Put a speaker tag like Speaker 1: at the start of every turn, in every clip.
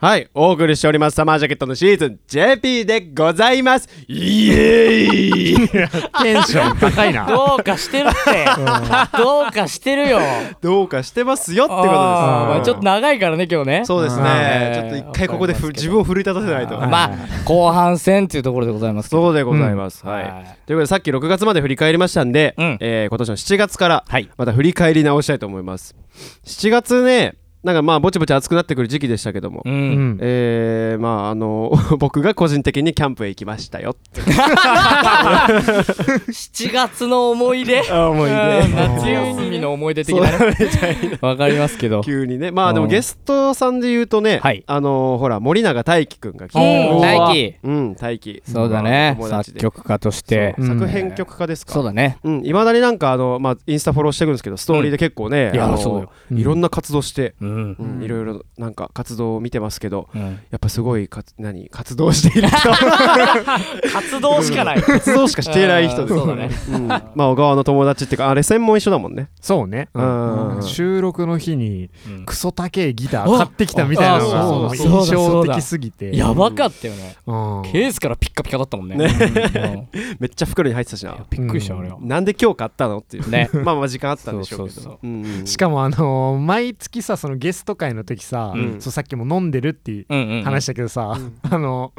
Speaker 1: はい、お送りしておりますサマージャケットのシーズン JP でございますイエ ーイ
Speaker 2: テンション高いな。
Speaker 3: どうかしてるって。どうかしてるよ。って
Speaker 1: どうかしてますよってことです
Speaker 2: うん
Speaker 3: ちょっと長いからね、今日ね。
Speaker 1: そうですねちょっと一回ここでふ
Speaker 3: わかりますけど
Speaker 1: 自分を奮い立たせないと
Speaker 3: まあ、後半戦っていうところでございますけど。
Speaker 1: そうでございます、
Speaker 3: うん
Speaker 1: はい、
Speaker 3: はい
Speaker 1: ということでさっき6月まで振り返りましたんで、
Speaker 3: うん
Speaker 1: えー今年の7月から
Speaker 3: はい
Speaker 1: また振り返り直したいと思います7月ねなんかまあぼちぼち暑くなってくる時期でしたけども、
Speaker 3: う。
Speaker 2: うんん。
Speaker 1: えーまああの 僕が個人的にキャンプへ行きましたよって
Speaker 3: 7月の思い出。
Speaker 1: 思い
Speaker 3: うん夏休みの思い出的なね。わかりますけど。
Speaker 1: 急にねまあでもゲストさんで言うとね、
Speaker 3: はい
Speaker 1: あのほら森永大輝くんが来
Speaker 3: う
Speaker 1: て
Speaker 3: ん、大輝。
Speaker 1: うん大輝
Speaker 3: そうだね。
Speaker 1: 友達
Speaker 3: 作
Speaker 1: で
Speaker 3: 曲家として
Speaker 1: そ。う作編曲家ですか、
Speaker 3: そうだね。
Speaker 1: うん、いまだになんかあの、まあ、インスタフォローしてくるんですけどストーリーで結構ね、
Speaker 3: うんいや
Speaker 1: あの
Speaker 3: そうよ
Speaker 1: いろんな活動して、
Speaker 3: うん。
Speaker 1: うんいろいろなんか活動を見てますけど
Speaker 3: うん
Speaker 1: やっぱすごいかつ何活動して いる人
Speaker 3: 活動しかない。
Speaker 1: 活動しかしていない人です
Speaker 3: うんそうだね
Speaker 1: うんまあ小川の友達っていうかあレセンも一緒だもんね
Speaker 2: そうね。
Speaker 1: う
Speaker 2: うんん収録の日に
Speaker 3: うん
Speaker 2: クソ高えギター買ってきたみたいな
Speaker 1: ああ
Speaker 2: の
Speaker 1: そ
Speaker 2: が
Speaker 1: う
Speaker 3: そう
Speaker 2: 印象的すぎて。
Speaker 3: やばかったよね。
Speaker 2: うん
Speaker 3: ケースからピッカピカだったもんね。
Speaker 1: ね
Speaker 3: うん
Speaker 1: めっちゃ袋に入ってたしな
Speaker 3: びっくりした、俺は。
Speaker 1: なんで今日買ったのっていう
Speaker 3: ね
Speaker 1: まあまあ時間あったんでしょうけ
Speaker 3: そうそう
Speaker 1: どうんうん
Speaker 2: しかもあのー毎月さそのゲスト会の時さ、
Speaker 1: うん
Speaker 2: そうさっきも飲んでるっていう
Speaker 3: うんうんうん。
Speaker 2: 話だけどさ、あの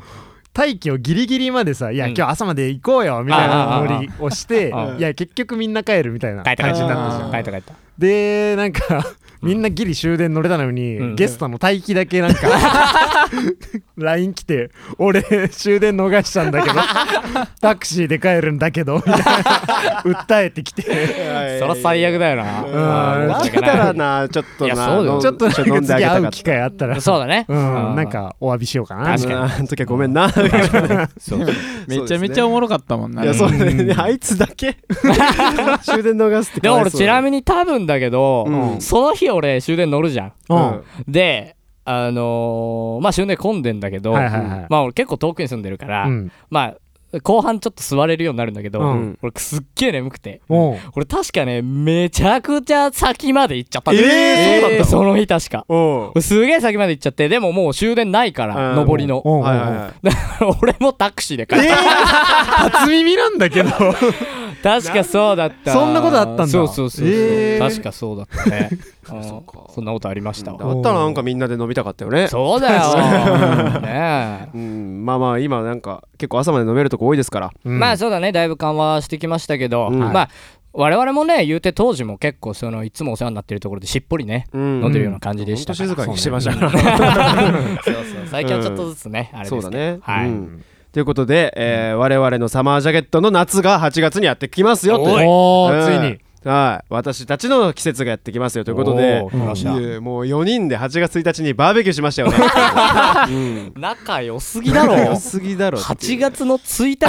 Speaker 2: 待機をギリギリまでさ「いや、
Speaker 3: うん
Speaker 2: 今日朝まで行こうよ」みたいなノリを して
Speaker 3: あああ
Speaker 2: いや結局みんな帰るみたいな
Speaker 3: 帰っ
Speaker 2: 感
Speaker 3: た帰っ
Speaker 2: じになったじゃ
Speaker 3: た。
Speaker 2: ん。
Speaker 3: 帰った帰った。
Speaker 2: でなんかみんなギリ終電乗れたのに、
Speaker 3: うん
Speaker 2: ゲストの待機だけなんか LINE 来て「俺終電逃したんだけどタクシーで帰るんだけど」みたいな訴えてきて。
Speaker 3: そら最悪だよ
Speaker 1: うん
Speaker 2: うん
Speaker 1: だったらなちょっと
Speaker 3: い
Speaker 1: な
Speaker 3: やそうよ
Speaker 1: 飲ん
Speaker 2: ちょっとなんか
Speaker 1: 飲んであ
Speaker 2: 次
Speaker 1: げた
Speaker 2: 会
Speaker 1: か
Speaker 2: う
Speaker 1: っ
Speaker 2: 機会あったら
Speaker 3: な。そうだね。
Speaker 2: うん、なん。かお詫びしようかな。
Speaker 3: 確かに
Speaker 1: たあの時はごめんな
Speaker 3: そうそう
Speaker 4: めちゃめちゃおもろかったもんな。
Speaker 1: いやそうだよね
Speaker 2: うん
Speaker 1: あいつだけ終電逃すって
Speaker 3: で
Speaker 1: かわ
Speaker 3: 俺
Speaker 1: いそう
Speaker 3: ちなみに多分だけど、
Speaker 1: うん
Speaker 3: その日俺終電乗るじゃん。
Speaker 2: うん
Speaker 1: うん
Speaker 3: で、あのーまあ終電混んでんだけど、
Speaker 2: はいはいはい
Speaker 3: まあ俺結構遠くに住んでるから、
Speaker 2: うん。
Speaker 3: まあ後半ちょっと座れるようになるんだけど、
Speaker 2: うん
Speaker 3: 俺すっげえ眠くて。
Speaker 2: おう
Speaker 3: 俺確かね、めちゃくちゃ先まで行っちゃったんだよ
Speaker 1: えーそうだったの
Speaker 3: その日確か。
Speaker 1: おう
Speaker 3: 俺すげえ先まで行っちゃって、でももう終電ないから、
Speaker 1: うん
Speaker 3: 上りの。
Speaker 2: おうおう
Speaker 1: はいはいはい
Speaker 3: 俺もタクシーで帰った。
Speaker 2: 初耳なんだけど。
Speaker 3: 確かそうだった
Speaker 2: そんなことあったんだ
Speaker 3: そうそうそうそう、
Speaker 2: えー
Speaker 3: 確かそうだった ねうん
Speaker 1: そうか
Speaker 3: そんなことありましたわ
Speaker 1: だったらなんかみんなで飲みたかったよね
Speaker 3: そう だよねえ
Speaker 1: うんまあまあ今なんか結構朝まで飲めるとこ多いですから
Speaker 3: まあそうだねだいぶ緩和してきましたけど、
Speaker 1: うん
Speaker 3: まあ我々もね言うて当時も結構そのいつもお世話になってるところでしっぽりね、
Speaker 1: 飲
Speaker 3: 飲んでるような感じでした
Speaker 1: と
Speaker 3: から、
Speaker 1: 静かにして
Speaker 3: そう
Speaker 1: ましたから
Speaker 3: ねそうそう最近はちょっとずつね、あれです
Speaker 1: そう
Speaker 3: け
Speaker 1: だ
Speaker 3: ど
Speaker 1: ね
Speaker 3: はい、
Speaker 1: うんということでえー我々のサマージャケットの夏が8月にやってきますよと
Speaker 3: おい
Speaker 2: お
Speaker 1: うん
Speaker 2: ーついに。
Speaker 1: はい私たちの季節がやってきますよということで
Speaker 3: おー来ました
Speaker 1: いえもう4人で8月1日にバーベキューしましたよねうん
Speaker 3: 仲良すぎだ ろ
Speaker 1: 良すぎだろ
Speaker 3: 8月の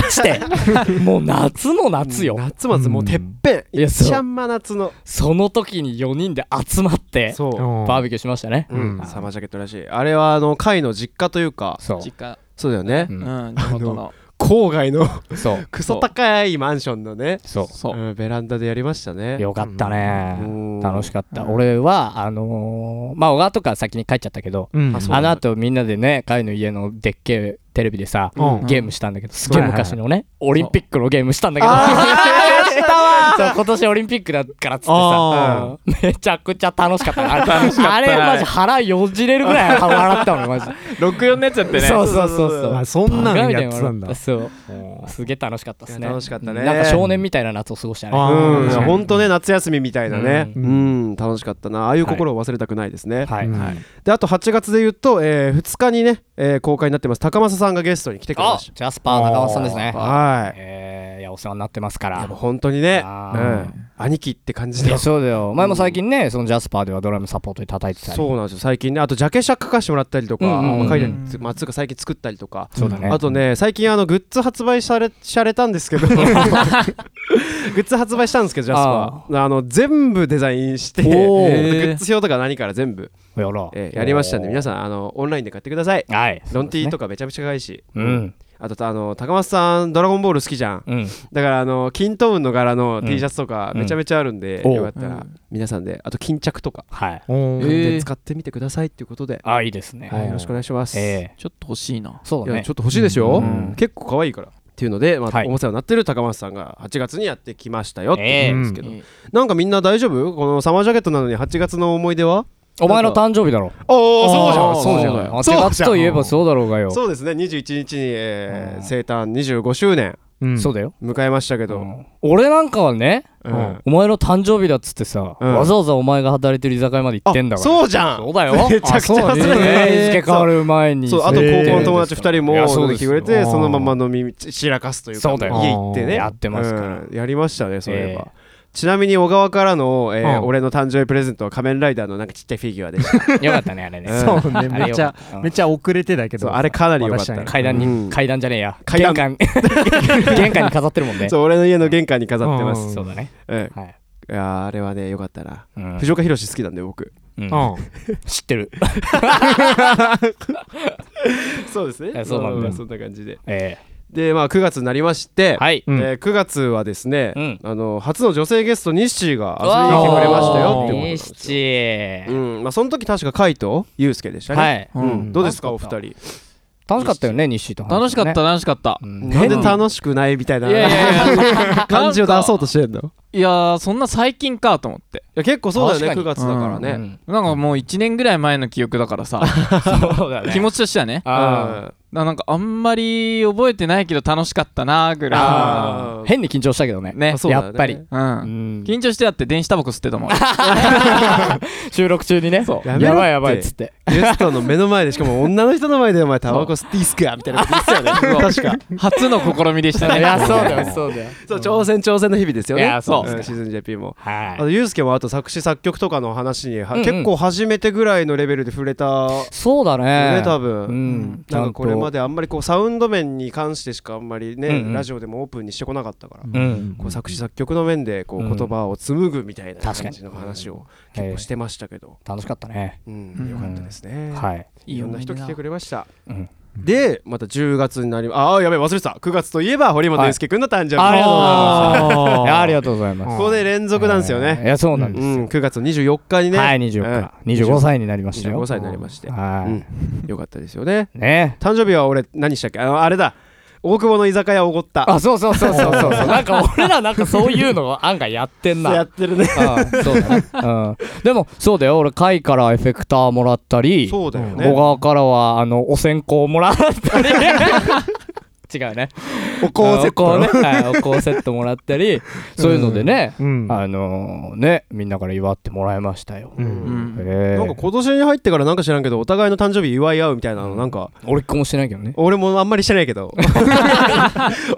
Speaker 3: 1日で もう夏の夏よ
Speaker 1: 夏まずもうてっぺん
Speaker 3: いやそう
Speaker 1: 一番真夏の
Speaker 3: その時に4人で集まって
Speaker 1: そう
Speaker 3: バーベキューしましたね、
Speaker 1: うん
Speaker 2: うん
Speaker 1: サマージャケットらしいあれはあの貝の実家というか
Speaker 3: そう
Speaker 4: 実家。
Speaker 1: そうだよね、
Speaker 3: う
Speaker 4: うんん、地元の。
Speaker 1: 郊外の
Speaker 3: そう
Speaker 1: クソ高いマンションのね
Speaker 3: そう
Speaker 4: そう。
Speaker 1: うんベランダでやりましたね
Speaker 3: よかったね、
Speaker 1: うん
Speaker 3: 楽しかった、
Speaker 4: うん
Speaker 3: 俺はあのーまあ小川とか先に帰っちゃったけど、
Speaker 2: うん
Speaker 1: あそう
Speaker 3: あの後みんなでね甲斐の家のでっけえテレビでさ、
Speaker 2: うん
Speaker 3: ゲームしたんだけどすげえ昔のね、オリンピックのゲームしたんだけど そう今年オリンピックだからっつって
Speaker 1: あ
Speaker 3: さ、うんめちゃくちゃ楽しかったあれあれマジ腹よじれるぐらい笑ったのマジで
Speaker 4: 64のやつやってね。
Speaker 3: そうそうそうそう
Speaker 2: あそんなのやってたん
Speaker 3: バカみ。たいに笑った
Speaker 2: だ
Speaker 3: そうすげえ楽しかったです
Speaker 1: い
Speaker 3: ね
Speaker 1: や楽しかったね
Speaker 3: うんなんか少年みたいな夏を過ごしたね
Speaker 2: あ
Speaker 1: うん
Speaker 2: うん
Speaker 1: 本当ね夏休みみたいなねう
Speaker 2: うんん、
Speaker 1: 楽しかったなああいう心を忘れたくないですね、
Speaker 3: はい、
Speaker 2: うん
Speaker 4: はい
Speaker 1: であと8月で言うと、え2日にね、えー公開になってます高政さんがゲストに来てくれ
Speaker 3: あ
Speaker 1: まし
Speaker 3: ジャスパー中松さんです
Speaker 1: た
Speaker 3: ね
Speaker 1: はい
Speaker 3: えー、いやお世話になってますか
Speaker 1: いや
Speaker 3: ら
Speaker 1: もう本当にね、
Speaker 3: あ
Speaker 1: う
Speaker 3: ー
Speaker 1: ん、兄貴って感じ
Speaker 3: い
Speaker 1: で
Speaker 3: やそうだよ前も最近ねそのジャスパーではドラムサポートで叩いてたり
Speaker 1: そうなんですよ最近ねあとジャケ写書かしてもらったりとか、
Speaker 3: うんうんう
Speaker 1: ま
Speaker 3: ん
Speaker 1: あ書いたりつまあつうか最近作ったりとか、
Speaker 3: そうだね
Speaker 1: あとね最近あのグッズ発売されされたん ですけどグッズ発売したんですけどジャスパーあの全部デザインしてグ
Speaker 3: お
Speaker 4: ー
Speaker 1: ッズ表とか何から全部、
Speaker 3: やろう
Speaker 1: えーやりましたんで皆さんあのオンラインで買ってください
Speaker 3: んはい
Speaker 1: ロンティーとかめちゃめちゃ可愛いし、
Speaker 3: うん
Speaker 1: あとあの高松さん「ドラゴンボール」好きじゃん
Speaker 3: うん。
Speaker 1: だからあの金トウの柄の
Speaker 3: うん
Speaker 1: T シャツとか
Speaker 3: うん
Speaker 1: めちゃめちゃあるんで、
Speaker 3: おう
Speaker 1: よかったら皆さんであと巾着とか
Speaker 3: はい。
Speaker 2: お
Speaker 4: え
Speaker 2: ー
Speaker 4: ー
Speaker 1: で使ってみてくださいっていうことで、
Speaker 3: あ、いいですね。
Speaker 1: はい、よろしくお願いします、
Speaker 3: ええ。
Speaker 4: ちょっと欲しいな。
Speaker 3: そうだ
Speaker 1: い
Speaker 3: ね
Speaker 1: やちょ。っと欲しいでしょ、
Speaker 3: うん
Speaker 1: 結構可愛いからっていうので、まあ
Speaker 3: はい
Speaker 1: お世話になってる高松さんが8月にやってきましたよっていうんですけど、
Speaker 4: ええ
Speaker 1: なんかみんな大丈夫このサマージャケットなのに8月の思い出は
Speaker 3: お前の誕生日だろ。
Speaker 1: おお
Speaker 4: あー
Speaker 1: そうじゃんそうじゃん
Speaker 4: だよ
Speaker 3: 8月といえばそうだろうがよ。
Speaker 1: そうですね21日に、えー
Speaker 3: うん
Speaker 1: 生誕25周年
Speaker 2: うん
Speaker 3: そうだよ。
Speaker 1: 迎えましたけど、
Speaker 3: うん俺なんかはね、
Speaker 1: うん
Speaker 3: お前の誕生日だっつってさ、
Speaker 1: うん
Speaker 3: わざわざお前が働いてる居酒屋まで行ってんだから。
Speaker 1: そうじゃん
Speaker 3: そうだよ。
Speaker 1: めちゃくちゃ
Speaker 3: あそうね
Speaker 1: 忘れてた
Speaker 3: えー日付変わる前に。
Speaker 1: そうあと
Speaker 2: えー
Speaker 1: 高校の友達2人も
Speaker 3: いやそう
Speaker 1: 出
Speaker 3: で
Speaker 1: て
Speaker 3: す
Speaker 1: きてくれてそのまま飲み散らかすというか
Speaker 3: そうだよ
Speaker 1: 家行ってね
Speaker 3: やってますから
Speaker 1: うんやりましたねそういえば、
Speaker 3: ええ
Speaker 1: ちなみに小川からの、えー
Speaker 3: うん
Speaker 1: 俺の誕生日プレゼントは仮面ライダーのなんかちっちゃいフィギュアでした
Speaker 3: よかったね、あれ ね。
Speaker 1: うん
Speaker 2: そうね
Speaker 3: あれ
Speaker 2: め
Speaker 3: よ
Speaker 2: ち
Speaker 3: か
Speaker 2: ゃ
Speaker 3: ったうん
Speaker 2: めちゃ遅れてだけ
Speaker 1: そう
Speaker 2: ど
Speaker 1: あれかなり良かっ
Speaker 2: 私
Speaker 1: た
Speaker 3: 階段に、
Speaker 1: うん
Speaker 3: 階段じゃねえや
Speaker 1: 階段
Speaker 3: 玄関玄関に飾ってるもんねそ
Speaker 1: そう俺の家の玄関に飾ってま
Speaker 2: う
Speaker 1: す
Speaker 2: ん
Speaker 3: うだね
Speaker 1: え
Speaker 3: はい、
Speaker 1: えいやーあれはね良かったな
Speaker 3: うん
Speaker 1: 藤岡弘好きなんで僕
Speaker 3: うん
Speaker 2: うん
Speaker 3: 知ってる
Speaker 1: そうですね
Speaker 3: えそうなんだ
Speaker 1: そんな感じで
Speaker 3: え
Speaker 1: でまあ9月になりまして
Speaker 3: えはい、
Speaker 2: うん
Speaker 1: えー9月はですね、
Speaker 3: うん
Speaker 1: あの初の女性ゲストニッシーが遊びに来てくれましたよっていうことなん
Speaker 3: ミ
Speaker 1: で
Speaker 3: シ
Speaker 1: す
Speaker 3: チ
Speaker 1: ようんまあ、その時確かカイトユウスケでしたね、
Speaker 3: はい
Speaker 1: うん
Speaker 4: うん
Speaker 1: どうですかお二人
Speaker 3: 楽しかったよねニッシーと話、ね、
Speaker 4: 楽しかった、楽しかった
Speaker 3: う。ん
Speaker 1: なんで楽しくないみたいない
Speaker 4: やいやいや、
Speaker 1: 感じを出そうと
Speaker 4: し
Speaker 1: してんのい
Speaker 4: いやー、そんな最近かと思って。
Speaker 1: や結構そうだよね9
Speaker 3: 確か
Speaker 1: 月だからね、
Speaker 3: うん
Speaker 4: なんかもう1年ぐらい前の記憶だからさ、
Speaker 3: そうだね
Speaker 4: 気持ちとしてはね。
Speaker 3: あ
Speaker 4: ななんかあんまり覚えてないけど楽しかったなーぐら
Speaker 1: あ
Speaker 3: ー変に緊張したけどね
Speaker 4: い。ね
Speaker 1: あ。そうだよね
Speaker 3: やっぱり
Speaker 4: う。
Speaker 3: うんん
Speaker 4: 緊張してやって電子タバコ吸ってたもん。
Speaker 3: 収録中にね
Speaker 4: そう
Speaker 1: や
Speaker 3: や
Speaker 1: めろって
Speaker 3: ばいやばいっつって
Speaker 1: ゲストの目の前でしかも女の人の前でお前タバコ吸っていいっすかみ たいなこと言ってたよね確か
Speaker 4: 初の試みでし
Speaker 3: い
Speaker 4: たね。
Speaker 3: やそうだよそうだよ
Speaker 1: そう挑戦挑戦の日々ですよね
Speaker 3: いやそう
Speaker 1: うんシーズン JP もあ
Speaker 3: は
Speaker 1: とユウスケもあと作詞作曲とかの話には
Speaker 3: うんうん
Speaker 1: 結構初めてぐらいのレベルで触れたよ
Speaker 3: いそうだね
Speaker 1: ね多
Speaker 3: う
Speaker 1: 分
Speaker 3: ん
Speaker 1: なんかこれま
Speaker 3: で
Speaker 1: であんまりこうサウンド面に関してしかあんまり
Speaker 3: うんう
Speaker 1: ね
Speaker 3: ん
Speaker 1: ラジオでもオープンにしてこなかったから
Speaker 3: うん
Speaker 1: こう作詞作曲の面でこ
Speaker 3: う
Speaker 1: うん言葉を紡ぐみたいな感
Speaker 3: 確かに
Speaker 1: じの話を
Speaker 3: え
Speaker 1: 結
Speaker 3: え
Speaker 1: 構してましたけど、
Speaker 3: 楽しかったね
Speaker 1: うん、よかったですね、
Speaker 3: はい
Speaker 1: い、ろんな人来てくれました、
Speaker 3: うん
Speaker 1: でまた10月になりああやべえ忘れてた9月といえば堀本裕介君の誕生日、
Speaker 3: ありがとうございますいや
Speaker 2: あ
Speaker 3: ありがとうございます。
Speaker 1: ここで連続なんですよね、
Speaker 3: いや、そうなんです
Speaker 1: うん、
Speaker 3: よ。
Speaker 1: 9月24日にね、
Speaker 3: はい、24日。25歳になりましたよ。
Speaker 1: 25歳になりまして、
Speaker 3: は
Speaker 1: うんよかったですよね
Speaker 3: い。ね。
Speaker 1: 誕生日は俺何したっけあのあれだ大久保の居酒屋おごった
Speaker 3: あ、そうそうそうそうそう。 なんか俺らなんかそういうのを案外やってんな。
Speaker 1: やってるね
Speaker 3: うんそうだね。うん。でも、そうだよ。俺、貝からエフェクターもらったり、
Speaker 1: そうだよ
Speaker 3: 小
Speaker 1: ね
Speaker 3: 川からは、あの、お線香もらったり。違うね。
Speaker 1: おこうセット
Speaker 3: お香ね。はいお香セットもらったり、 そういうのでね、
Speaker 2: うん
Speaker 3: あの、ね、みんなから祝ってもらいましたよ。
Speaker 2: う
Speaker 1: うん
Speaker 4: うん。
Speaker 3: へ
Speaker 1: なんか
Speaker 3: え。
Speaker 1: 今年に入ってからなんか知らんけどお互いの誕生日祝い合うみたいなのなんか
Speaker 3: 俺、一個もしてないけどね。
Speaker 1: 俺もあんまりしてないけど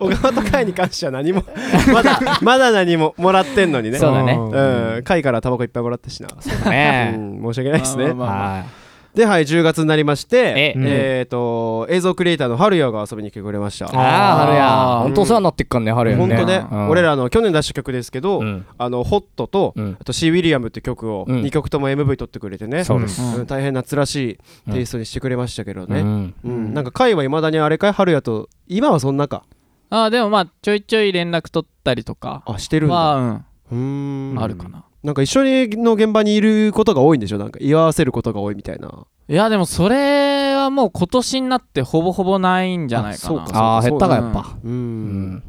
Speaker 1: 小川と会に関しては何もまだまだ何ももらってんのにね
Speaker 3: そうだね。
Speaker 1: うん会からタバコいっぱいもらったしなう
Speaker 3: ね
Speaker 1: ん申し訳ないですね
Speaker 4: まあまあまあ
Speaker 3: は
Speaker 1: ではい10月になりまし
Speaker 3: い。
Speaker 1: て
Speaker 3: え、
Speaker 2: うん
Speaker 1: えっと映像クリエイターの春也が遊びに来てくれました
Speaker 3: ああ、春
Speaker 4: あ
Speaker 3: や。
Speaker 4: ー
Speaker 3: 本当お世話になってっからね、春やね。
Speaker 1: 本当ね
Speaker 3: うん
Speaker 1: 俺らの去年出した曲ですけど
Speaker 3: うん
Speaker 1: あのホットと
Speaker 3: うん
Speaker 1: あとシー・ウィリアムって曲を
Speaker 3: うん
Speaker 1: 2曲とも MV 撮ってくれてね
Speaker 3: そうです。
Speaker 4: うん
Speaker 1: うん大変夏らしいテイストにしてくれましたけど
Speaker 3: う
Speaker 1: ね
Speaker 3: ん
Speaker 1: うんなんか会はいまだにあれかい春也と今はそんなか
Speaker 4: あーでもまあちょいちょい連絡取ったりとか
Speaker 1: あしてるんだ
Speaker 4: は
Speaker 1: うー
Speaker 4: うんんあるかな
Speaker 1: なんか一緒にの現場にいることが多いんでしょなんか居合わせることが多いみたいない
Speaker 4: やでもそれはもう今年になってほぼほぼないんじゃないか
Speaker 1: あ
Speaker 4: な
Speaker 1: そうか
Speaker 3: ああ、減ったか、やっぱ。
Speaker 1: う
Speaker 3: うんん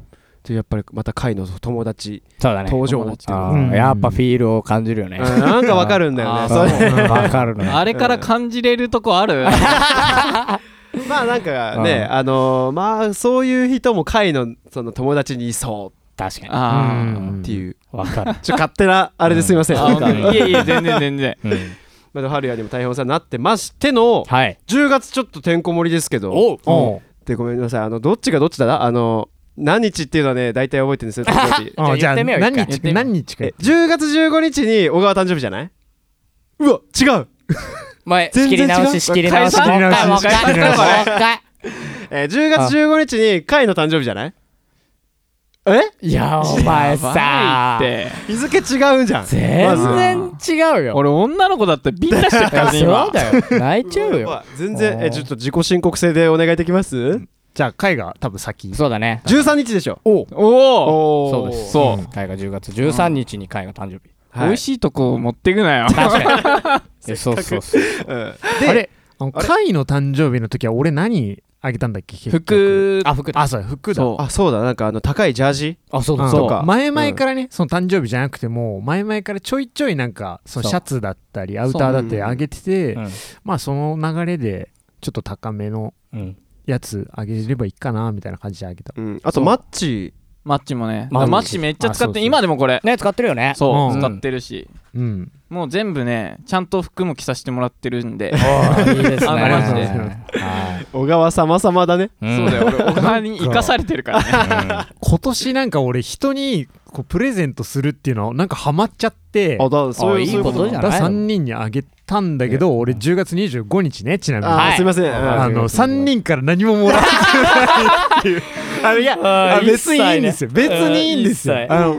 Speaker 1: でやっぱりまた会の友達
Speaker 3: そうだね。
Speaker 1: 登場
Speaker 4: 友達
Speaker 3: あ
Speaker 2: うん
Speaker 3: ーやっぱフィールを感じるよね。
Speaker 1: うんなんかわかるんだよ
Speaker 4: あ
Speaker 1: ね
Speaker 4: ー
Speaker 1: それ
Speaker 3: うんわかるね。
Speaker 4: あれから感じれるとこある
Speaker 1: まあなんかね
Speaker 3: う
Speaker 1: あのーまあそういう人も会のその友達にいそ
Speaker 3: 確か
Speaker 4: あ
Speaker 1: うっていう
Speaker 3: に。わかる。
Speaker 1: ちょっと勝手なあれですいません
Speaker 4: ー
Speaker 1: なんか
Speaker 4: あいえいえ全然全然
Speaker 3: うん
Speaker 1: まだ春也にも大変お世話になってましての
Speaker 3: はい。
Speaker 1: 10月ちょっとてんこ盛りですけど
Speaker 3: おう
Speaker 2: おう
Speaker 1: でごめんなさいあのどっちがどっちだなあの何日っていうのはね大体覚えてるんですよ誕生日
Speaker 2: あ
Speaker 3: じ
Speaker 2: じ
Speaker 3: ゃあ言
Speaker 2: ゃあ
Speaker 3: ってみよう
Speaker 2: 何
Speaker 3: 一回
Speaker 2: 日何日か
Speaker 1: え10月15日に小川誕生日じゃないうわ違う、
Speaker 3: 前、
Speaker 1: 全
Speaker 3: 仕切り
Speaker 1: 然違う
Speaker 3: 直し、仕切り直し。
Speaker 2: 仕切り直し
Speaker 3: もう一回、もう一回、もう一回。
Speaker 1: えー10月15日に海の誕生日じゃないえ
Speaker 3: いや、お前さ
Speaker 4: やば、いって
Speaker 1: 日付違うんじゃんまず
Speaker 3: 全然違うよ。
Speaker 4: 俺女の子だってビンタ してるからね
Speaker 3: そう
Speaker 4: 今
Speaker 3: だよ。泣いちゃうよ。
Speaker 1: わ全然
Speaker 3: お
Speaker 1: え
Speaker 3: ー
Speaker 1: ちょっと自己申告制でお願いできます
Speaker 2: じゃあ回が多分先
Speaker 3: そうだね
Speaker 1: 13日でしょ
Speaker 2: お
Speaker 5: おお
Speaker 1: お
Speaker 3: そう
Speaker 1: ー
Speaker 3: です
Speaker 5: そう
Speaker 3: うん海が10月13日に海が誕生日
Speaker 1: はい
Speaker 5: 美味しいとこ持ってくなよ
Speaker 3: 確かにえそうそうそう
Speaker 1: うん
Speaker 2: あれあの回の誕生日の時は俺何あげたんだっけ結局
Speaker 5: 服
Speaker 3: あ服だ
Speaker 2: あそう服だ
Speaker 5: そ
Speaker 1: あそうだなんかあの高いジャージ
Speaker 3: あそう
Speaker 2: うん
Speaker 3: だ
Speaker 1: そう
Speaker 3: か
Speaker 1: か
Speaker 2: 前々からね、その誕生日じゃなくても前々からちょいちょいなんかその
Speaker 3: そう
Speaker 2: シャツだったりアウターだったりあげてて、
Speaker 3: うん
Speaker 2: まあその流れでちょっと高めの
Speaker 3: うん
Speaker 2: やつあげればいいかなみたいな感じであげた
Speaker 1: うんあとマッチ
Speaker 5: マッチもね
Speaker 3: マッチ
Speaker 5: マッチめっちゃ使
Speaker 2: あそ
Speaker 5: っ
Speaker 2: うそ
Speaker 5: て
Speaker 2: う
Speaker 5: 今でもこれ
Speaker 3: ね使ってるよね
Speaker 5: そううん使ってるし
Speaker 2: うん
Speaker 5: もう全部ねちゃんと服も着させてもらってるんで
Speaker 3: いいですね
Speaker 5: あ
Speaker 2: マジで
Speaker 3: はい
Speaker 1: 小川様様だね
Speaker 3: ん
Speaker 5: そうだよ俺お金に生かされて るからね
Speaker 2: 今年なんか俺人にこうプレゼントするっていうのはなんかハマっちゃって
Speaker 1: あだそういう
Speaker 3: あ
Speaker 1: そういうこ
Speaker 3: いいこと
Speaker 1: と
Speaker 3: じゃ
Speaker 1: だ
Speaker 3: ない
Speaker 2: 3人にあげたんだけど、俺10月25日ねちなみに
Speaker 1: あ
Speaker 3: は
Speaker 1: ー
Speaker 3: い
Speaker 1: すいません
Speaker 2: あ
Speaker 1: うん
Speaker 2: の3人から何ももらって
Speaker 1: あのいや
Speaker 3: あ
Speaker 1: あ
Speaker 3: ー
Speaker 1: 別にいいんですよ
Speaker 3: 一切
Speaker 1: 別
Speaker 3: ね
Speaker 1: にいいんですよ
Speaker 3: うん一切
Speaker 1: あの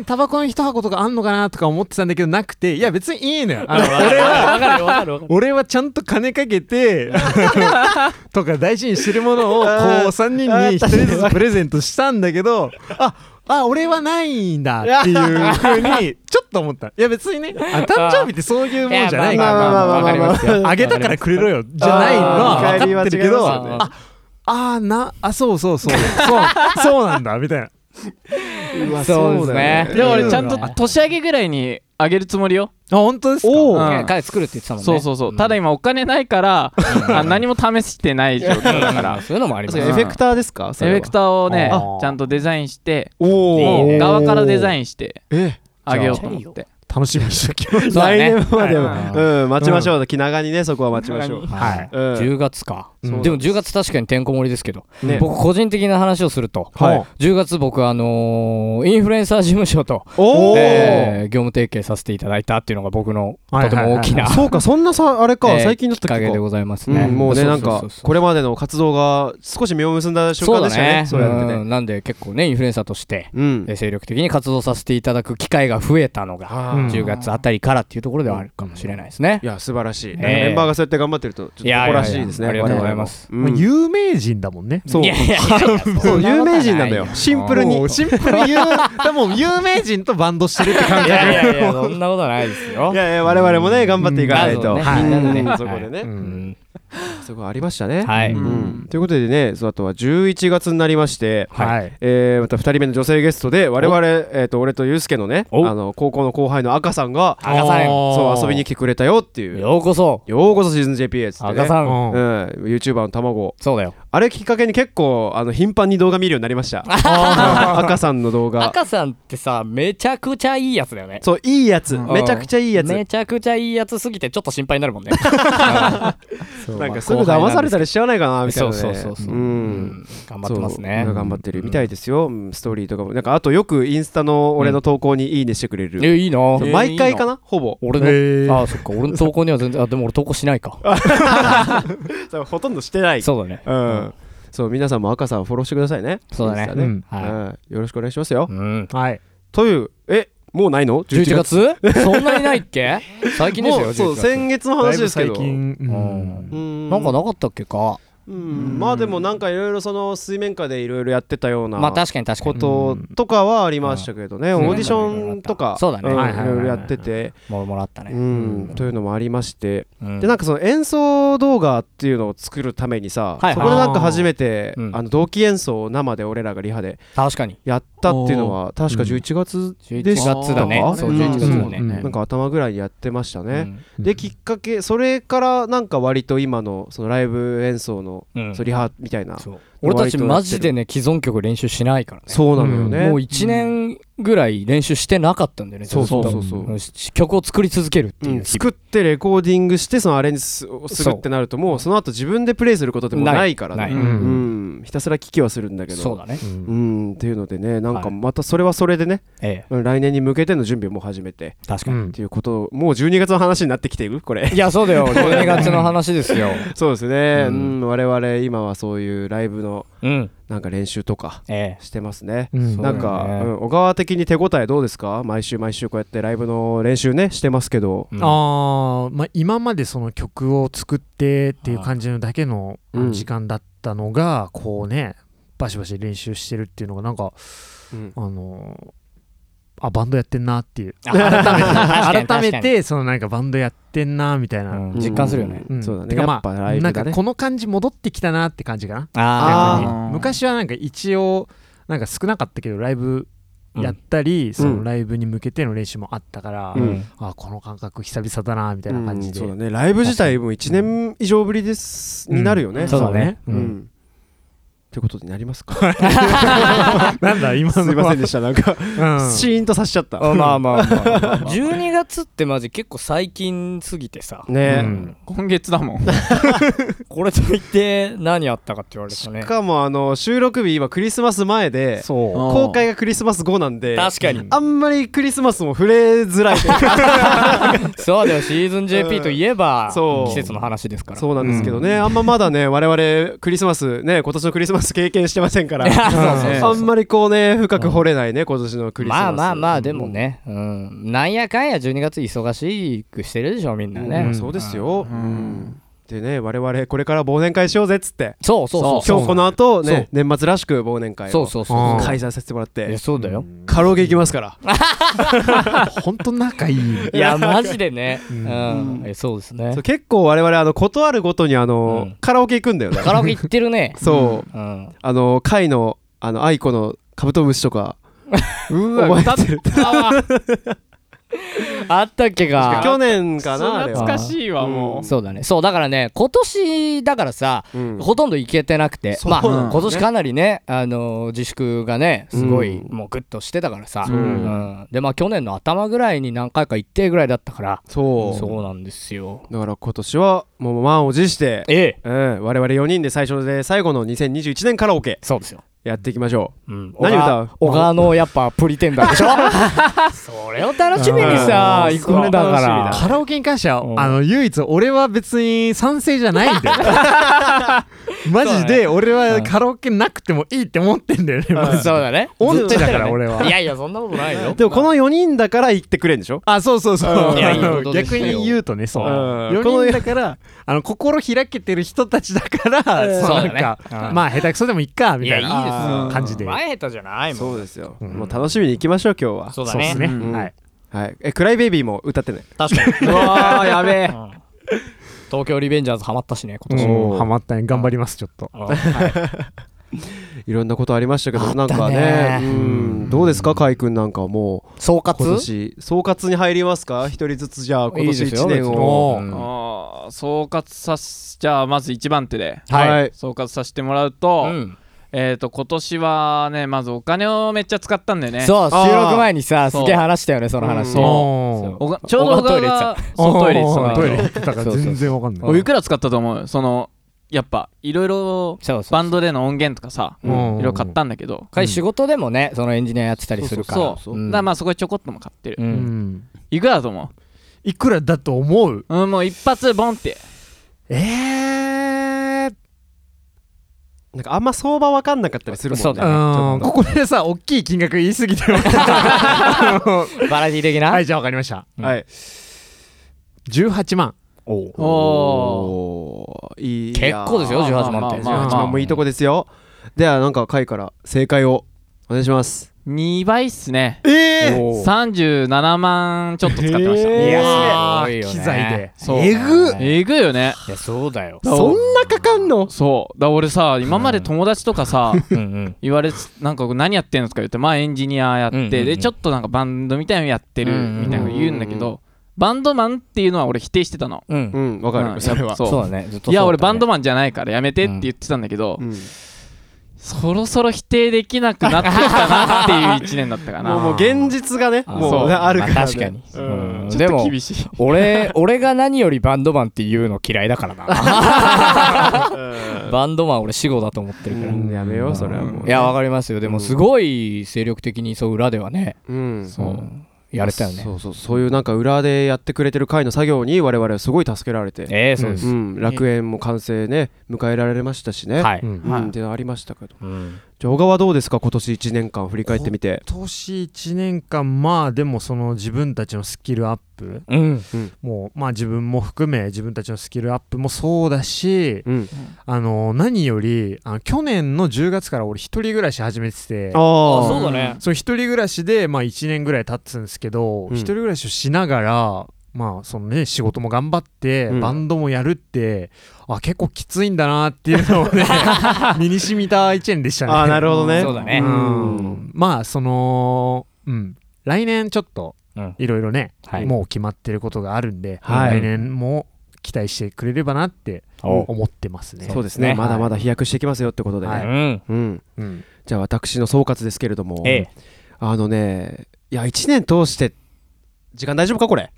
Speaker 2: ねタバコの一箱とかあんのかなとか思ってたんだけどなくていや別にいいのよ あの
Speaker 3: 俺は分かる分かる分かる
Speaker 2: 俺はちゃんと金か けてとか大事にしてるものをこう
Speaker 1: あー
Speaker 2: 3人に1人ずつプレゼントしたんだけどああ俺はないんだっていうふ うにちょっと思ったいや別にねあ誕生日ってそういうもんじゃない
Speaker 3: いや
Speaker 2: から
Speaker 1: まあまあまあまあまあ
Speaker 3: わかりますよ
Speaker 2: あげたからくれろよじゃないのは分かってる
Speaker 1: 見返りは違
Speaker 2: けどあ
Speaker 1: いますよね
Speaker 2: あーなあそうそうそうそうそうなんだみたいな
Speaker 1: うわ
Speaker 3: そうですね
Speaker 1: そうだよ
Speaker 5: でも俺ちゃん
Speaker 3: う
Speaker 5: と
Speaker 3: ん
Speaker 5: 年上げぐらいにあげるつもりよ
Speaker 2: あ本当ですか
Speaker 5: う
Speaker 3: ね
Speaker 5: ん
Speaker 3: 彼作るって言ってたもんね
Speaker 5: そうそうそう、
Speaker 3: ん
Speaker 5: ただ今お金ないから、あ 何も試してない状 態だから
Speaker 3: あそういうのもあります
Speaker 1: エ
Speaker 5: う
Speaker 1: フ
Speaker 5: ん
Speaker 1: ェクターですか
Speaker 5: エフェクターをね
Speaker 2: あー
Speaker 5: ちゃんとデザインして
Speaker 1: ーお
Speaker 3: いい
Speaker 1: お
Speaker 3: ね
Speaker 5: 側からデザインして
Speaker 1: え
Speaker 5: あげようと思って
Speaker 2: 楽しみにしておきます
Speaker 3: そうだ
Speaker 1: 来
Speaker 3: ね
Speaker 1: 年まで
Speaker 3: う
Speaker 1: はうん待ちましょう気長にねそこは待ちましょう
Speaker 2: はい
Speaker 1: うん
Speaker 3: 10月か、
Speaker 1: うん
Speaker 3: でも10月確かにてんこ盛りですけど、
Speaker 1: ね
Speaker 3: 僕個人的な話をすると、
Speaker 1: はい
Speaker 3: 10月僕あのーインフルエンサー事務所と、
Speaker 1: お
Speaker 3: えー業務提携させていただいたっていうのが僕の
Speaker 2: はい
Speaker 3: と
Speaker 2: は
Speaker 3: て
Speaker 2: いはい
Speaker 3: も大きな、
Speaker 1: ーそうかそんなさあれか
Speaker 3: えー
Speaker 1: 最近だっ
Speaker 3: きったか
Speaker 1: っ
Speaker 3: け
Speaker 1: け
Speaker 3: で
Speaker 1: か
Speaker 3: ございますね、
Speaker 1: うんもうね
Speaker 3: そ
Speaker 1: なんか
Speaker 3: そうそう
Speaker 1: これまでの活動が少し実を結んだ瞬
Speaker 3: そう
Speaker 1: 間
Speaker 3: だ
Speaker 1: でしたね
Speaker 3: ね
Speaker 1: そうやって
Speaker 3: う
Speaker 1: ね
Speaker 3: んなんで結構ねインフルエンサーとして、
Speaker 1: うん
Speaker 3: えー精力的に活動させていただく機会が増えたのが
Speaker 1: あー
Speaker 3: 10月あたりからっていうところではあるかもしれないですね
Speaker 1: い、や素晴らしい
Speaker 3: ー
Speaker 1: メンバーがそうやって頑張ってるとちょっと誇らしいですね
Speaker 3: いやいやいやありがとうございま
Speaker 1: 我
Speaker 3: す
Speaker 2: まあ
Speaker 1: 々もうん
Speaker 2: 有名人だもんね
Speaker 1: そう
Speaker 3: いやいやいや
Speaker 1: そう有名人なんだよシンプルに
Speaker 2: もうシンプルに言うでも有名人とバンドして るって感
Speaker 3: い
Speaker 2: じ
Speaker 3: やいやいやそんなことはないですよ
Speaker 1: いやいや我々もね頑張っていかないと
Speaker 3: うん
Speaker 1: はい
Speaker 3: みんなで
Speaker 1: う
Speaker 3: ね
Speaker 1: んそこで
Speaker 3: は
Speaker 1: ね
Speaker 3: う
Speaker 1: うん
Speaker 3: ん
Speaker 1: そこありましたね
Speaker 3: はい、
Speaker 1: う
Speaker 5: うん
Speaker 1: んということでねそうあとは11月になりまして
Speaker 2: はい
Speaker 1: えーまた2人目の女性ゲストで我々、えー、と俺とユうスケのねあ
Speaker 3: お
Speaker 1: の高校の後輩の赤さんが
Speaker 3: 赤さん
Speaker 1: そう遊びに来てくれたよっていう
Speaker 3: ようこそ
Speaker 1: ようこそシーズン JP っつって、ね、
Speaker 3: 赤さ
Speaker 2: う
Speaker 1: う
Speaker 2: ん
Speaker 1: ん、
Speaker 2: ん
Speaker 1: YouTuber の卵
Speaker 3: そうだよ
Speaker 1: あれきっかけに結構あの頻繁に動画見るようになりました 赤さんの動画
Speaker 3: 赤さんってさめちゃくちゃいいやつだよね
Speaker 1: そういいやつ
Speaker 5: うん
Speaker 1: めちゃくちゃいいやつ
Speaker 3: めちゃくちゃいいやつすぎてちょっと心配になる もんねそう
Speaker 1: なんかすぐ騙されたりしちゃわないかなみたいな、ね、
Speaker 3: そうそうそうそう
Speaker 1: うん
Speaker 3: 頑張ってますね
Speaker 1: そう頑張ってるみたいですよ、うんストーリーとかもなんかあとよくインスタの俺の投稿にいいねしてくれる、
Speaker 3: えいいな
Speaker 1: そう
Speaker 5: え
Speaker 1: 毎回かなほぼ
Speaker 3: 俺
Speaker 2: へー
Speaker 3: のあそっか俺の投稿には全然あでも俺投稿しないか
Speaker 1: そうほとんどしてない
Speaker 3: そうだね
Speaker 1: うん、そう皆さんも赤さんをフォローしてくださいね。
Speaker 3: そうだね
Speaker 1: インスタ
Speaker 2: う
Speaker 1: ね
Speaker 2: ん
Speaker 1: う
Speaker 3: は
Speaker 1: んよろしくお願いしますよ。
Speaker 3: いうん
Speaker 2: はい
Speaker 1: というえもうないの
Speaker 3: 11月そんなにないっ け最近です
Speaker 1: も
Speaker 3: よ
Speaker 1: うそう
Speaker 3: 11月
Speaker 1: 先月の
Speaker 2: だい
Speaker 1: 話で
Speaker 2: ぶ
Speaker 1: すけ
Speaker 2: 最
Speaker 1: ど。
Speaker 2: 近う
Speaker 3: うんん
Speaker 1: うん
Speaker 3: なんかなかったっけか
Speaker 1: うんまあでもなんかいろいろその水面下でいろいろやってたような。
Speaker 3: まあ確かに確か
Speaker 1: こ
Speaker 3: に
Speaker 1: ととかはありましたけどね、
Speaker 3: うん
Speaker 1: オーディションとか、
Speaker 3: そうだね
Speaker 1: ん
Speaker 3: はい
Speaker 2: は
Speaker 1: い
Speaker 2: いはいはい
Speaker 1: ろいろやってて、
Speaker 3: ももらったね
Speaker 1: うん、というのもありまして、
Speaker 3: うん
Speaker 1: でなんかその演奏動画っていうのを作るためにさ、
Speaker 3: いはい
Speaker 1: そこでなんか初めて
Speaker 3: あーうん
Speaker 1: あの同期演奏を生で俺らがリハで
Speaker 3: 確かに
Speaker 1: やったっていうのは確か11月
Speaker 3: 11
Speaker 1: でしたか
Speaker 3: 月だねそう
Speaker 1: うん
Speaker 3: 11月だね
Speaker 2: うん
Speaker 1: なんか頭ぐらいにやってましたね、
Speaker 2: うん
Speaker 1: できっかけそれからなんか割と今のそのライブ演奏の
Speaker 3: うん
Speaker 1: そうリハみたいな、
Speaker 3: そう俺たちマジでね既存曲練習しないからね
Speaker 1: そうなのよね、
Speaker 3: もう1年ぐらい練習してなかったんだよね、
Speaker 1: そうそう
Speaker 3: ずっ
Speaker 1: そ
Speaker 3: と
Speaker 1: うそう、
Speaker 3: うんし曲を作り続けるって
Speaker 1: う
Speaker 3: いうん
Speaker 1: 作ってレコーディングしてそのアレンジすをするってなるともうその後自分でプレイすることってもうないから
Speaker 3: ない
Speaker 1: ね、
Speaker 2: う
Speaker 1: うんん、ひたすら聞きはするんだけど
Speaker 3: そうだね、
Speaker 2: うん
Speaker 1: うんっていうのでねなん
Speaker 3: は
Speaker 1: か
Speaker 3: い
Speaker 1: またそれはそれでね、
Speaker 3: え
Speaker 1: うん来年に向けての準備をもう始めて
Speaker 3: え確か
Speaker 2: う
Speaker 3: に、
Speaker 2: ん
Speaker 1: っていうことをもう12月の話になってきているこれ
Speaker 3: いやそう だよ12月の話ですよ
Speaker 1: そうですね、
Speaker 3: う
Speaker 1: うんん我々今はそういうライブの
Speaker 3: うん
Speaker 1: なんか練習とか
Speaker 3: ええ
Speaker 1: してますね
Speaker 2: うん
Speaker 3: そう
Speaker 1: なんか、
Speaker 3: だよね
Speaker 1: うん小川的に手応えどうですか毎週毎週こうやってライブの練習ねしてますけど、
Speaker 3: うん
Speaker 2: あーまあ今までその曲を作ってっていう感じのだけの
Speaker 1: うん
Speaker 2: 時間だったたのがこうねバシバシ練習してるっていうのがなんか
Speaker 1: うん
Speaker 2: あのーあバンドやってんなっていう
Speaker 3: あ改め て
Speaker 2: 改めてそのなんかバンドやってんなみたいな、
Speaker 3: うん実感するよね
Speaker 2: うん
Speaker 1: そうだね
Speaker 2: てかまあ
Speaker 1: やっぱライブ
Speaker 2: な
Speaker 1: だ
Speaker 2: ん
Speaker 1: ね
Speaker 2: かこの感じ戻ってきたなって感じかな
Speaker 1: あ
Speaker 3: ー
Speaker 5: ー
Speaker 2: 昔はなんか一応なんか少なかったけどライブやったり、そのライブに向けての練習もあったから、
Speaker 1: うん
Speaker 2: あこの感覚久々だなみたいな感じで、
Speaker 1: うんそうだねライブ自体も1年以上ぶりです、になるよね、
Speaker 2: うん
Speaker 3: そうだね
Speaker 1: う
Speaker 2: うんん
Speaker 1: ってことになりますか
Speaker 2: なんだ今の
Speaker 1: すいませんでしたなんか、
Speaker 2: うん
Speaker 1: シーンとさしちゃった
Speaker 3: あまあまあまあまあ 12月ってマジ結構最近すぎてさ
Speaker 1: ね、
Speaker 2: うん
Speaker 5: 今月だもん。
Speaker 3: これといって何あったかって言われるとね
Speaker 1: しかもあの収録日今クリスマス前で
Speaker 2: そう
Speaker 1: 公開がクリスマス後なんで
Speaker 3: 確かに
Speaker 1: あんまりクリスマスも触れづらいというか
Speaker 3: そうだよシーズン JP といえば
Speaker 1: そう
Speaker 3: 季節の話ですから
Speaker 1: そうなんですけどね、あんままだね 我々クリスマスね今年のクリスマス経験してませんからあんまりこうね深く掘れないね、今年のクリスマス
Speaker 3: まあまあまあでもねうんなんやかんや12月忙しくしてるでしょみんな
Speaker 1: うんま
Speaker 3: ね
Speaker 1: あそうですよ、うんでね我々これから忘年会しようぜっつって
Speaker 3: そうそうそう
Speaker 1: 今日この後ね年末らしく忘年会
Speaker 3: そう
Speaker 1: を
Speaker 3: そうそう
Speaker 1: 開催させてもらっ
Speaker 3: いや
Speaker 1: て
Speaker 3: そうだよ
Speaker 1: カラオケ行きますから
Speaker 2: 本当仲いい
Speaker 3: いやマジでねうんえそうですね
Speaker 1: そう結構我々あの断るごとにあの、
Speaker 3: うん
Speaker 1: カラオケ行くんだよね
Speaker 3: カラオケ行ってるね
Speaker 1: そう
Speaker 3: うん
Speaker 1: あの会のあの愛子のカブトムシとか
Speaker 5: う
Speaker 1: 覚えてる
Speaker 3: あったっけか
Speaker 1: 去年かなあれ
Speaker 5: 懐
Speaker 1: は
Speaker 5: かしいわ、も
Speaker 3: そうだねそうだからね今年だからさ
Speaker 1: うん
Speaker 3: ほとんど行けてなくて、
Speaker 1: そう
Speaker 3: まあ、
Speaker 1: なんだね
Speaker 3: 今年かなりね、あのー自粛がね、すごい、
Speaker 1: う
Speaker 3: もうグッとしてたからさ、
Speaker 1: そう
Speaker 3: うんで、まあ、去年の頭ぐらいに何回か行ってぐらいだったから、
Speaker 1: そう
Speaker 3: そうなんですよ。
Speaker 1: だから今年はもう満を持して、
Speaker 3: ええ、
Speaker 1: うん、我々4人で最初で最後の2021年カラオケ
Speaker 3: そうですよ。
Speaker 1: やっていきましょ
Speaker 3: うん、
Speaker 1: 何歌う
Speaker 3: 小川小川のやっぱプリテンダーでしょそれを楽しみにさ、
Speaker 1: うん
Speaker 3: 行くんだか
Speaker 1: そう楽
Speaker 3: ら
Speaker 1: し。
Speaker 2: カラオケに関しては、
Speaker 3: うん
Speaker 2: あの唯一俺は別に賛成じゃないんだよマジで俺はカラオケなくてもいいって思ってんだよね、マジで
Speaker 3: そうだね。
Speaker 2: オンチだから
Speaker 3: ずっと言ってるよね
Speaker 2: 俺はい
Speaker 3: やいや、そんなことないよ
Speaker 1: う。でもこの4人だから行ってくれんでしょ
Speaker 2: あそうそうそう
Speaker 1: うん
Speaker 3: いやいいことです
Speaker 2: 逆
Speaker 3: よ
Speaker 2: に言うとねそう
Speaker 3: うん
Speaker 2: 4人だからあの心開けてる人たちだからそ
Speaker 3: そう
Speaker 2: う
Speaker 3: だ
Speaker 2: な
Speaker 3: ね
Speaker 2: んか
Speaker 3: うん
Speaker 2: まあ下手くそでもいっかみたい
Speaker 3: いやいいです
Speaker 5: よ
Speaker 2: な感じで
Speaker 3: 前下手じゃないもん。
Speaker 1: そうですよ、
Speaker 2: うん
Speaker 1: もう楽しみに行きましょう今日は
Speaker 3: そうだ
Speaker 2: そうで
Speaker 3: ね
Speaker 2: す。ね
Speaker 1: うん
Speaker 2: はい
Speaker 1: はいえクライベイビーも歌ってね
Speaker 3: 確かに。
Speaker 5: う。うわー、やべ え。
Speaker 3: うん東京リベンジャーズハマったしね、今年。
Speaker 1: うん
Speaker 2: ハマったね頑張りますちょっと
Speaker 1: いろんなことありましたけど、
Speaker 3: あった
Speaker 1: なんかね
Speaker 3: ね
Speaker 1: うんどうですか海君なんかはもう
Speaker 3: 総
Speaker 1: 今
Speaker 3: 括
Speaker 1: 年総括に入りますか一人ずつじゃあ今
Speaker 3: いい
Speaker 1: 年
Speaker 3: ですよ
Speaker 1: 1年を
Speaker 3: 別にうん
Speaker 5: あー総括さし、じゃあまず一番手で
Speaker 1: はい、
Speaker 5: 総括させてもらうと、
Speaker 3: うん
Speaker 5: えっと、今年はね、まずお金をめっちゃ使ったんだよね。
Speaker 3: そう
Speaker 1: あー
Speaker 3: 収録前にさ
Speaker 5: そう
Speaker 3: すげえ話したよねその話
Speaker 5: うん
Speaker 3: そう
Speaker 5: おがちょうど
Speaker 3: 小川トイレ行ってた
Speaker 5: がそうトイレ行ってたのよ
Speaker 2: トイレ行ってたから
Speaker 3: そうそう
Speaker 2: 全然わかんない
Speaker 5: おいくら使ったと思うそのやっぱいろいろ
Speaker 3: そうそう
Speaker 5: バンドでの音源とかさい
Speaker 1: うん
Speaker 5: ろいろ買ったんだけど
Speaker 3: 彼仕事でもねそのエンジニアやってたりするから
Speaker 5: そうそうだからまあそこでちょこっとも買ってる
Speaker 3: う
Speaker 2: うんん
Speaker 5: いくらだと思
Speaker 2: いくらだと思う
Speaker 5: ううんもう一発ボンって
Speaker 2: えー
Speaker 1: なんかあんま相場わかんなかったりするもんね
Speaker 3: そうだね
Speaker 2: うんここでさ大きい金額言い過 ぎてもあの
Speaker 3: バラエティ的な
Speaker 2: はいじゃあわかりました
Speaker 1: はい
Speaker 2: 18万
Speaker 3: お
Speaker 1: おおーいい
Speaker 3: 結構ですよ
Speaker 5: いやー
Speaker 3: 18万って
Speaker 5: まあまあまあ
Speaker 1: 18万もいいとこですよではなんか海から正解をお願いします
Speaker 5: 2倍っすね
Speaker 1: え
Speaker 3: おー
Speaker 5: 37万ちょっと使ってました
Speaker 1: えー
Speaker 3: いや
Speaker 2: あ
Speaker 3: ー
Speaker 2: ー
Speaker 3: すごいよね
Speaker 2: 機材で
Speaker 5: そう
Speaker 1: えぐっ
Speaker 5: えぐいよね
Speaker 3: いやそうだよ
Speaker 1: そんなかかんの
Speaker 5: そうだから俺さ今まで友達とかさ
Speaker 3: うんうん
Speaker 5: 言われつなんか何やってんのとか言ってまあエンジニアやっ
Speaker 3: うんうんう
Speaker 5: て
Speaker 3: ん
Speaker 5: でちょっとなんかバンドみたいなのやってるみたいなの言うんだ
Speaker 1: うんう
Speaker 5: け
Speaker 1: んう
Speaker 5: どバンドマンっていうのは俺否定してたの
Speaker 3: うん
Speaker 1: うんわか
Speaker 5: う
Speaker 1: る
Speaker 5: ん
Speaker 1: それ
Speaker 5: や
Speaker 1: は
Speaker 5: っぱ
Speaker 3: そうだねずっと
Speaker 5: いや俺バンド
Speaker 3: マ
Speaker 5: マンじゃないからやめてって言ってたんだけど、
Speaker 1: うん
Speaker 5: そろそろ否定できなくなってきたなっていう1年だったか な
Speaker 1: もうもう現実がね
Speaker 3: あー
Speaker 1: も
Speaker 5: そうう
Speaker 1: あるからね
Speaker 3: 確かに
Speaker 1: うん
Speaker 3: うん
Speaker 5: ちょ
Speaker 3: で
Speaker 5: っと
Speaker 3: も
Speaker 5: 厳しい
Speaker 3: 俺俺が何よりバンドマンっていうの嫌いだからなバンドマン俺死後だと思ってるから
Speaker 1: うんやめようそれはもう
Speaker 3: いやわかりますよでもすごい精力的にそう裏ではね
Speaker 1: うん
Speaker 3: うやれたよね
Speaker 1: そうそうそういうなんか裏でやってくれてる会の作業に我々はすごい助けられて
Speaker 3: ええそうです
Speaker 1: う、ん楽園も完成ね迎えられましたしね
Speaker 3: はい、
Speaker 2: うん
Speaker 1: うんってのありましたけど
Speaker 3: うん
Speaker 1: じゃあ小川どうですか今年1年間振り返ってみて
Speaker 2: 今年1年間まあでもその自分たちのスキルアップ
Speaker 3: うん
Speaker 2: もうまあ自分も含め自分たちのスキルアップもそうだし
Speaker 1: うん
Speaker 2: あの何よりあの去年の10月から俺一人暮らし始めてて
Speaker 1: ああ
Speaker 3: そうだね
Speaker 2: そう一人暮らしでまあ1年ぐらい経つんですけど、
Speaker 1: うん
Speaker 2: 一人暮らしをしながらまあそのね仕事も頑張って、
Speaker 1: うん
Speaker 2: バンドもやるってあ結構きついんだなっていうのを ね 身に染みた1年でしたね。
Speaker 1: あーなるほどね
Speaker 3: そうだね
Speaker 2: うんまあそのうん来年ちょっと
Speaker 3: うん
Speaker 2: いろいろね、
Speaker 3: はい
Speaker 2: もう決まってることがあるんで、
Speaker 1: はい
Speaker 2: 来年も期待してくれればなって
Speaker 3: お
Speaker 2: 思ってますね。
Speaker 1: そうですね
Speaker 3: ね
Speaker 1: まだまだ飛躍してきますよってことでね、
Speaker 2: は
Speaker 3: う
Speaker 2: い
Speaker 3: ん
Speaker 1: うん、
Speaker 2: うん
Speaker 1: じゃあ私の総括ですけれども、
Speaker 3: ええ
Speaker 1: あのねいや1年通して時間大丈夫かこれ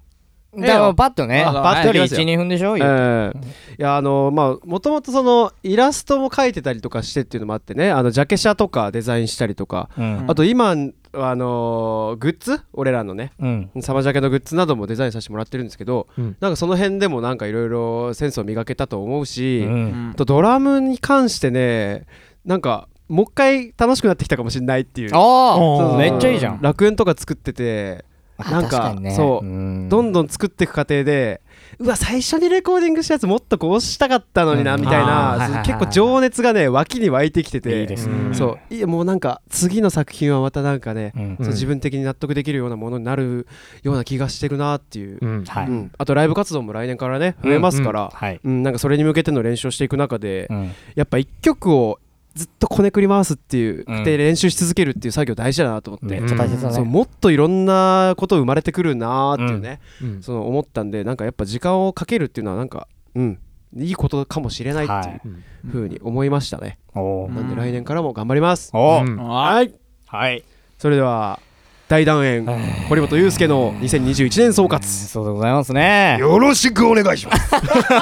Speaker 3: だからパッとね
Speaker 1: あパッと
Speaker 3: 一
Speaker 1: 行
Speaker 3: 人
Speaker 1: きますよ
Speaker 3: 12分でしょ
Speaker 1: ええいやあのまあもともとそのイラストも描いてたりとかしてっていうのもあってねあのジャケ写とかデザインしたりとか、
Speaker 3: うん
Speaker 1: あと今あのグッズ俺らのね
Speaker 3: うん
Speaker 1: サマジャケのグッズなどもデザインさせてもらってるんですけど、
Speaker 2: うん
Speaker 1: なんかその辺でもなんかいろいろセンスを磨けたと思うし、
Speaker 3: うん
Speaker 1: あとドラムに関してねなんかもう一回楽しくなってきたかもしれないっていう
Speaker 3: あ
Speaker 1: そうそう
Speaker 3: あめっちゃいいじゃん
Speaker 1: 楽園とか作っててなんかそうど
Speaker 3: ど
Speaker 1: んどん作っていく過程でうわ最初にレコーディングしたやつもっとこうしたかったのにな
Speaker 3: うん
Speaker 1: みたい
Speaker 2: あーはいはい
Speaker 1: な
Speaker 2: はい
Speaker 1: 結構情熱がね脇に湧いてきてて
Speaker 3: いいですね
Speaker 2: うん
Speaker 1: そういやもうなんか次の作品はまたなんかね、
Speaker 3: うん
Speaker 1: そう自分的に納得できるようなものになるような気がしてるなっていう、
Speaker 2: うん
Speaker 3: はい
Speaker 1: うんあとライブ活動も来年からね増えますから、うん
Speaker 3: はい
Speaker 1: なんかそれに向けての練習をしていく中で、
Speaker 3: うん
Speaker 1: やっぱ一曲をずっとこねくり回すっていう、
Speaker 3: うん
Speaker 1: で練習し続けるっていう作業大事だなと思って、
Speaker 3: めっちゃ大切だ
Speaker 1: そう
Speaker 3: ね
Speaker 1: もっといろんなこと生まれてくるなーっていうね、
Speaker 2: うん
Speaker 1: その思ったんでなんかやっぱ時間をかけるっていうのはなんかうんいいことかもしれないっていう
Speaker 2: うん
Speaker 1: ふうに思いましたね、
Speaker 3: お
Speaker 4: うん
Speaker 3: ー
Speaker 1: なんで来年からも頑張ります、
Speaker 3: お
Speaker 2: う
Speaker 3: ー
Speaker 2: ん
Speaker 1: はい
Speaker 3: はい
Speaker 1: それでは大団円堀本裕介の2021年総括
Speaker 3: そうでございますね
Speaker 2: よろしくお願いします。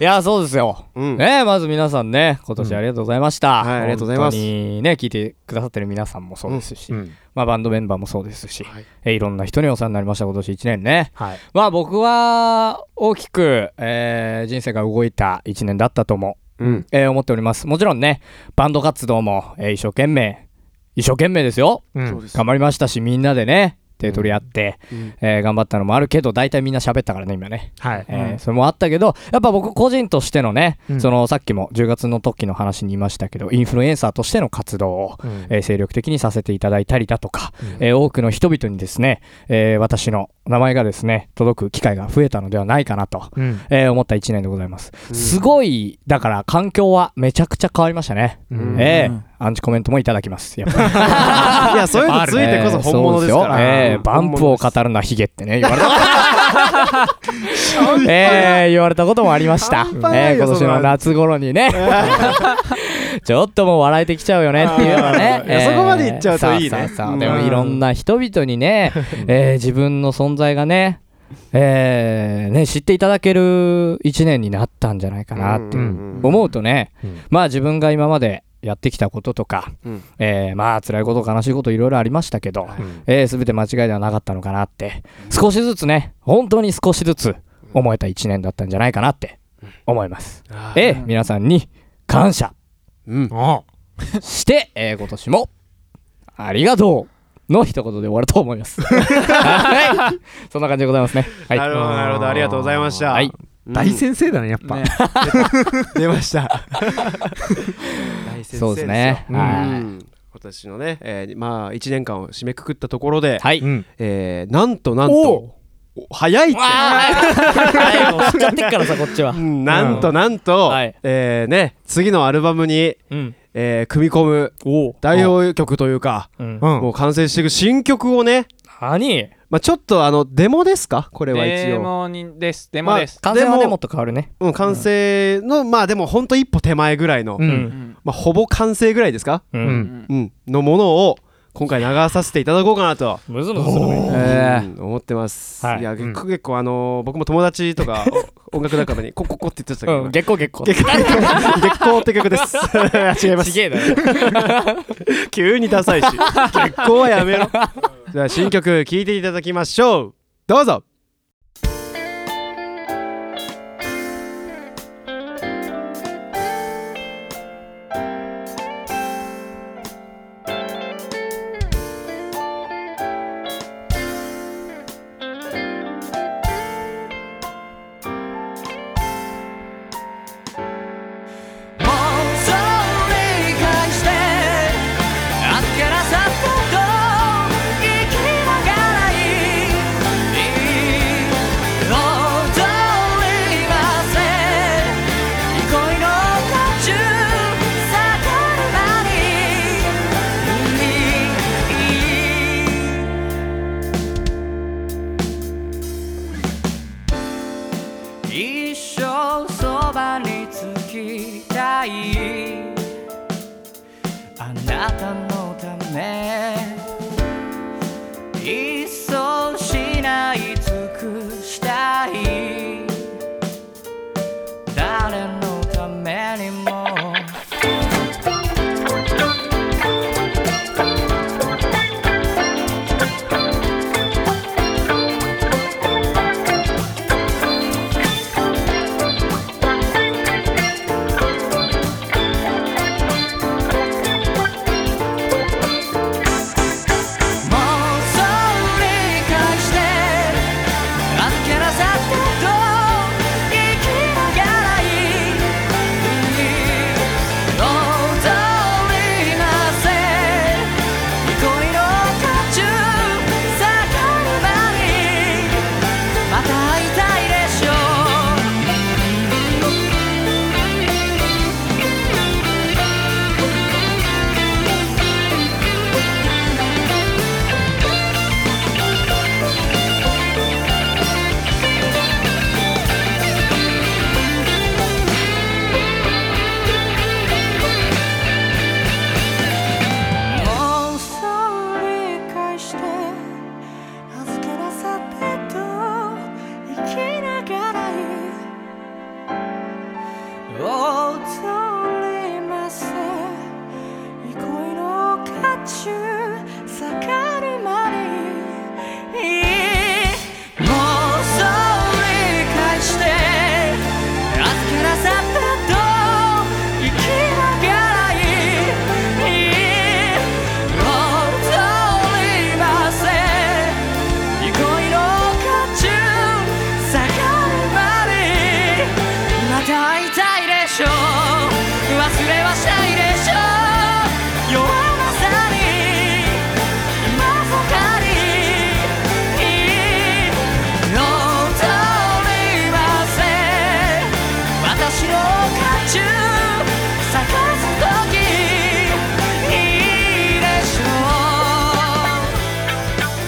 Speaker 3: いやそうですよ
Speaker 1: うん
Speaker 3: ねまず皆さんね今年ありがとうございました
Speaker 1: うんはいありがとうございます
Speaker 3: 本当にね聞いてくださってる皆さんもそうですしまあバンドメンバーもそうですし
Speaker 1: はい
Speaker 3: えいろんな人にお世話になりました今年1年ね
Speaker 2: はい。
Speaker 3: まあ僕は大きく、えー人生が動いた1年だったとも、
Speaker 1: うん
Speaker 3: えー思っておりますもちろんねバンド活動も、えー一生懸命一生懸命ですよ
Speaker 2: うん
Speaker 1: そうです
Speaker 3: 頑張りましたしみんなでね手取り合って、
Speaker 1: うん
Speaker 3: えー頑張ったのもあるけど大体みんな喋ったからね今ね、
Speaker 2: はい。
Speaker 3: えーそれもあったけどやっぱ僕個人としてのね、
Speaker 2: うん
Speaker 3: そのさっきも10月の時の話に言いましたけどインフルエンサーとしての活動を、
Speaker 2: うん
Speaker 3: えー精力的にさせていただいたりだとか、
Speaker 2: うん
Speaker 3: えー多くの人々にですね、えー私の名前がですね届く機会が増えたのではないかなと、
Speaker 2: うん
Speaker 3: えー思った1年でございます、
Speaker 1: うん
Speaker 3: すごいだから環境はめちゃくちゃ変わりましたね、
Speaker 2: うん
Speaker 3: えーアンチコメントもいただきますやっぱり
Speaker 1: いやそういうのついてこそ本物ですから、
Speaker 3: えーそうですよえーバンプを
Speaker 1: 買っ
Speaker 3: 語るなヒゲっ てね言われたえー言われたこともありました、え
Speaker 1: 半端ないよ
Speaker 3: ー今年
Speaker 1: そんな
Speaker 3: の
Speaker 1: の
Speaker 3: 夏頃にね ちょっともう笑えてきちゃうよねっていうのはね、
Speaker 1: いやそこまで言っちゃうといいね
Speaker 3: さあさあさあ
Speaker 1: うん
Speaker 3: でもいろんな人々にね、えー自分の存在がね,、えーね知っていただける1年になったんじゃないかなっていう、思うとね、
Speaker 2: うん
Speaker 3: まあ自分が今までやってきたこととか、
Speaker 1: うん
Speaker 3: えーまあ辛いこと悲しいこといろいろありましたけど、えー全て間違いではなかったのかなって少しずつね本当に少しずつ思えた1年だったんじゃないかなって思います、えー皆さんに感謝
Speaker 1: うん
Speaker 2: あ
Speaker 3: して、えー今年もありがとうの一言で終わると思います、はい、そんな感じでございますねはい
Speaker 1: なるほどなるほどありがとうございました、
Speaker 3: はい
Speaker 1: うん
Speaker 2: 大先生だね、やっぱ。
Speaker 1: 出ました大先生ですよ
Speaker 3: そうですね、
Speaker 2: うん
Speaker 1: う
Speaker 3: はい
Speaker 1: ん今年のね、えーまあ1年間を締めくくったところで、
Speaker 3: はい
Speaker 2: うん
Speaker 1: えーなんとなん
Speaker 3: お
Speaker 1: とお早いって
Speaker 3: はいもう知っちゃってっからさこっちは
Speaker 1: うんなんとなんと、
Speaker 3: はい
Speaker 1: えーね、次のアルバムに、
Speaker 3: うん
Speaker 1: えー組み込む
Speaker 3: お
Speaker 1: 代表曲というか、
Speaker 3: うん
Speaker 2: う
Speaker 1: も
Speaker 2: ん。
Speaker 1: う完成していく新曲をね、
Speaker 3: 何
Speaker 1: まあ、ちょっとあのデモですかこれは一
Speaker 5: デ
Speaker 1: 応、
Speaker 5: モにですデモです、
Speaker 3: 完全は
Speaker 1: で
Speaker 3: ね
Speaker 1: も
Speaker 3: もっと変わるね
Speaker 1: うん、完成の、まあでもほんと一歩手前ぐらいの、
Speaker 3: う
Speaker 5: うんん
Speaker 1: まあ、ほぼ完成ぐらいですか、
Speaker 3: う
Speaker 2: うんん。
Speaker 1: うん、のものを今回流させていただこうかなと。
Speaker 3: むずむずするね
Speaker 1: えー思ってます、
Speaker 3: はい
Speaker 1: い、や結
Speaker 2: ん
Speaker 1: 構,、結構あのー僕も友達とかお音楽仲間に「こここ」って言ってたけど、
Speaker 3: うん結構結構
Speaker 1: 月光月光って曲です違いま
Speaker 3: ち
Speaker 1: す
Speaker 3: げえだよ
Speaker 1: 急にダサいし月光はやめろじゃあ新曲聴いていただきましょうどうぞ
Speaker 6: 「きたいあなたのため一層しない尽くしたい誰のためにももうそう理解して預けなさったと生きながらいい踊りなせ憩いの渦中盛る間にまた会いたいでしょうもうそう理解して預けなさったと生きながらい踊りませ憩いの渦中盛るまでもうそう理解して預けなさったと生きながらいい踊りませ憩いの渦中下がるまでまた会いたいでしょう忘れはしたいでしょう弱まさに今そかに踊りませ私の家中探す時いいでしょう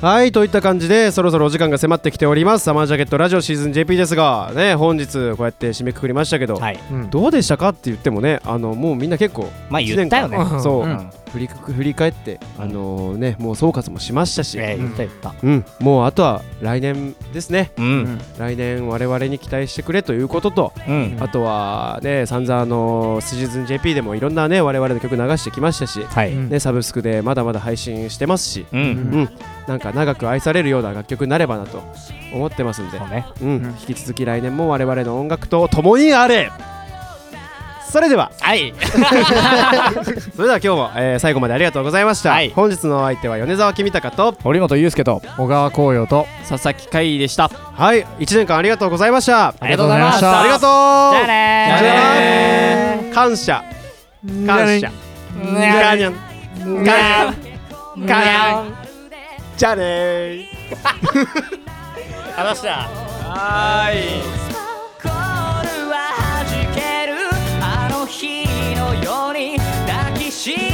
Speaker 1: はいといった感じでそろそろお時間が迫ってきておりますサマージャケットラジオシーズン JP ですがね本日こうやって締めくくりましたけど、
Speaker 3: はい。
Speaker 2: うん
Speaker 1: どうでしたかって言ってもねあのもうみんな結構
Speaker 3: まあ
Speaker 1: 一
Speaker 3: 言っ
Speaker 1: 年
Speaker 3: た
Speaker 1: 間
Speaker 3: よね。
Speaker 1: そう、
Speaker 4: うん
Speaker 1: 振りく振り返ってあのねもう総括もしましたし、
Speaker 3: えー言った言った。
Speaker 1: うんもうあとは来年ですね
Speaker 3: うん。
Speaker 1: 来年我々に期待してくれということと
Speaker 3: うん。
Speaker 1: あとはね散々あのシーズン JP でもいろんなね我々の曲流してきましたし、
Speaker 3: は
Speaker 2: う
Speaker 3: い。
Speaker 2: ん
Speaker 1: ね、サブスクでまだまだ配信してますし、
Speaker 3: うん。
Speaker 1: うん、なんか長く愛されるような楽曲になればなと思ってますんで
Speaker 3: そう、ね。
Speaker 1: うん、引き続き来年も我々の音楽と共にあれそれでは
Speaker 3: はい。
Speaker 1: それでは今日も、えー最後までありがとうございました、
Speaker 3: はい
Speaker 1: 本日のお相手は米沢君高と
Speaker 3: 堀本裕介と。
Speaker 2: 小川紅葉と
Speaker 4: 佐々木海でした
Speaker 1: はい1年間ありがとうございました
Speaker 3: ありがとうございました。
Speaker 1: ありがとう
Speaker 3: じゃあねー
Speaker 1: じゃあねー感謝感謝ガニャンガニャンガニャンじゃあねー
Speaker 3: 話した。
Speaker 6: 心は弾けるあの日のように抱きしめ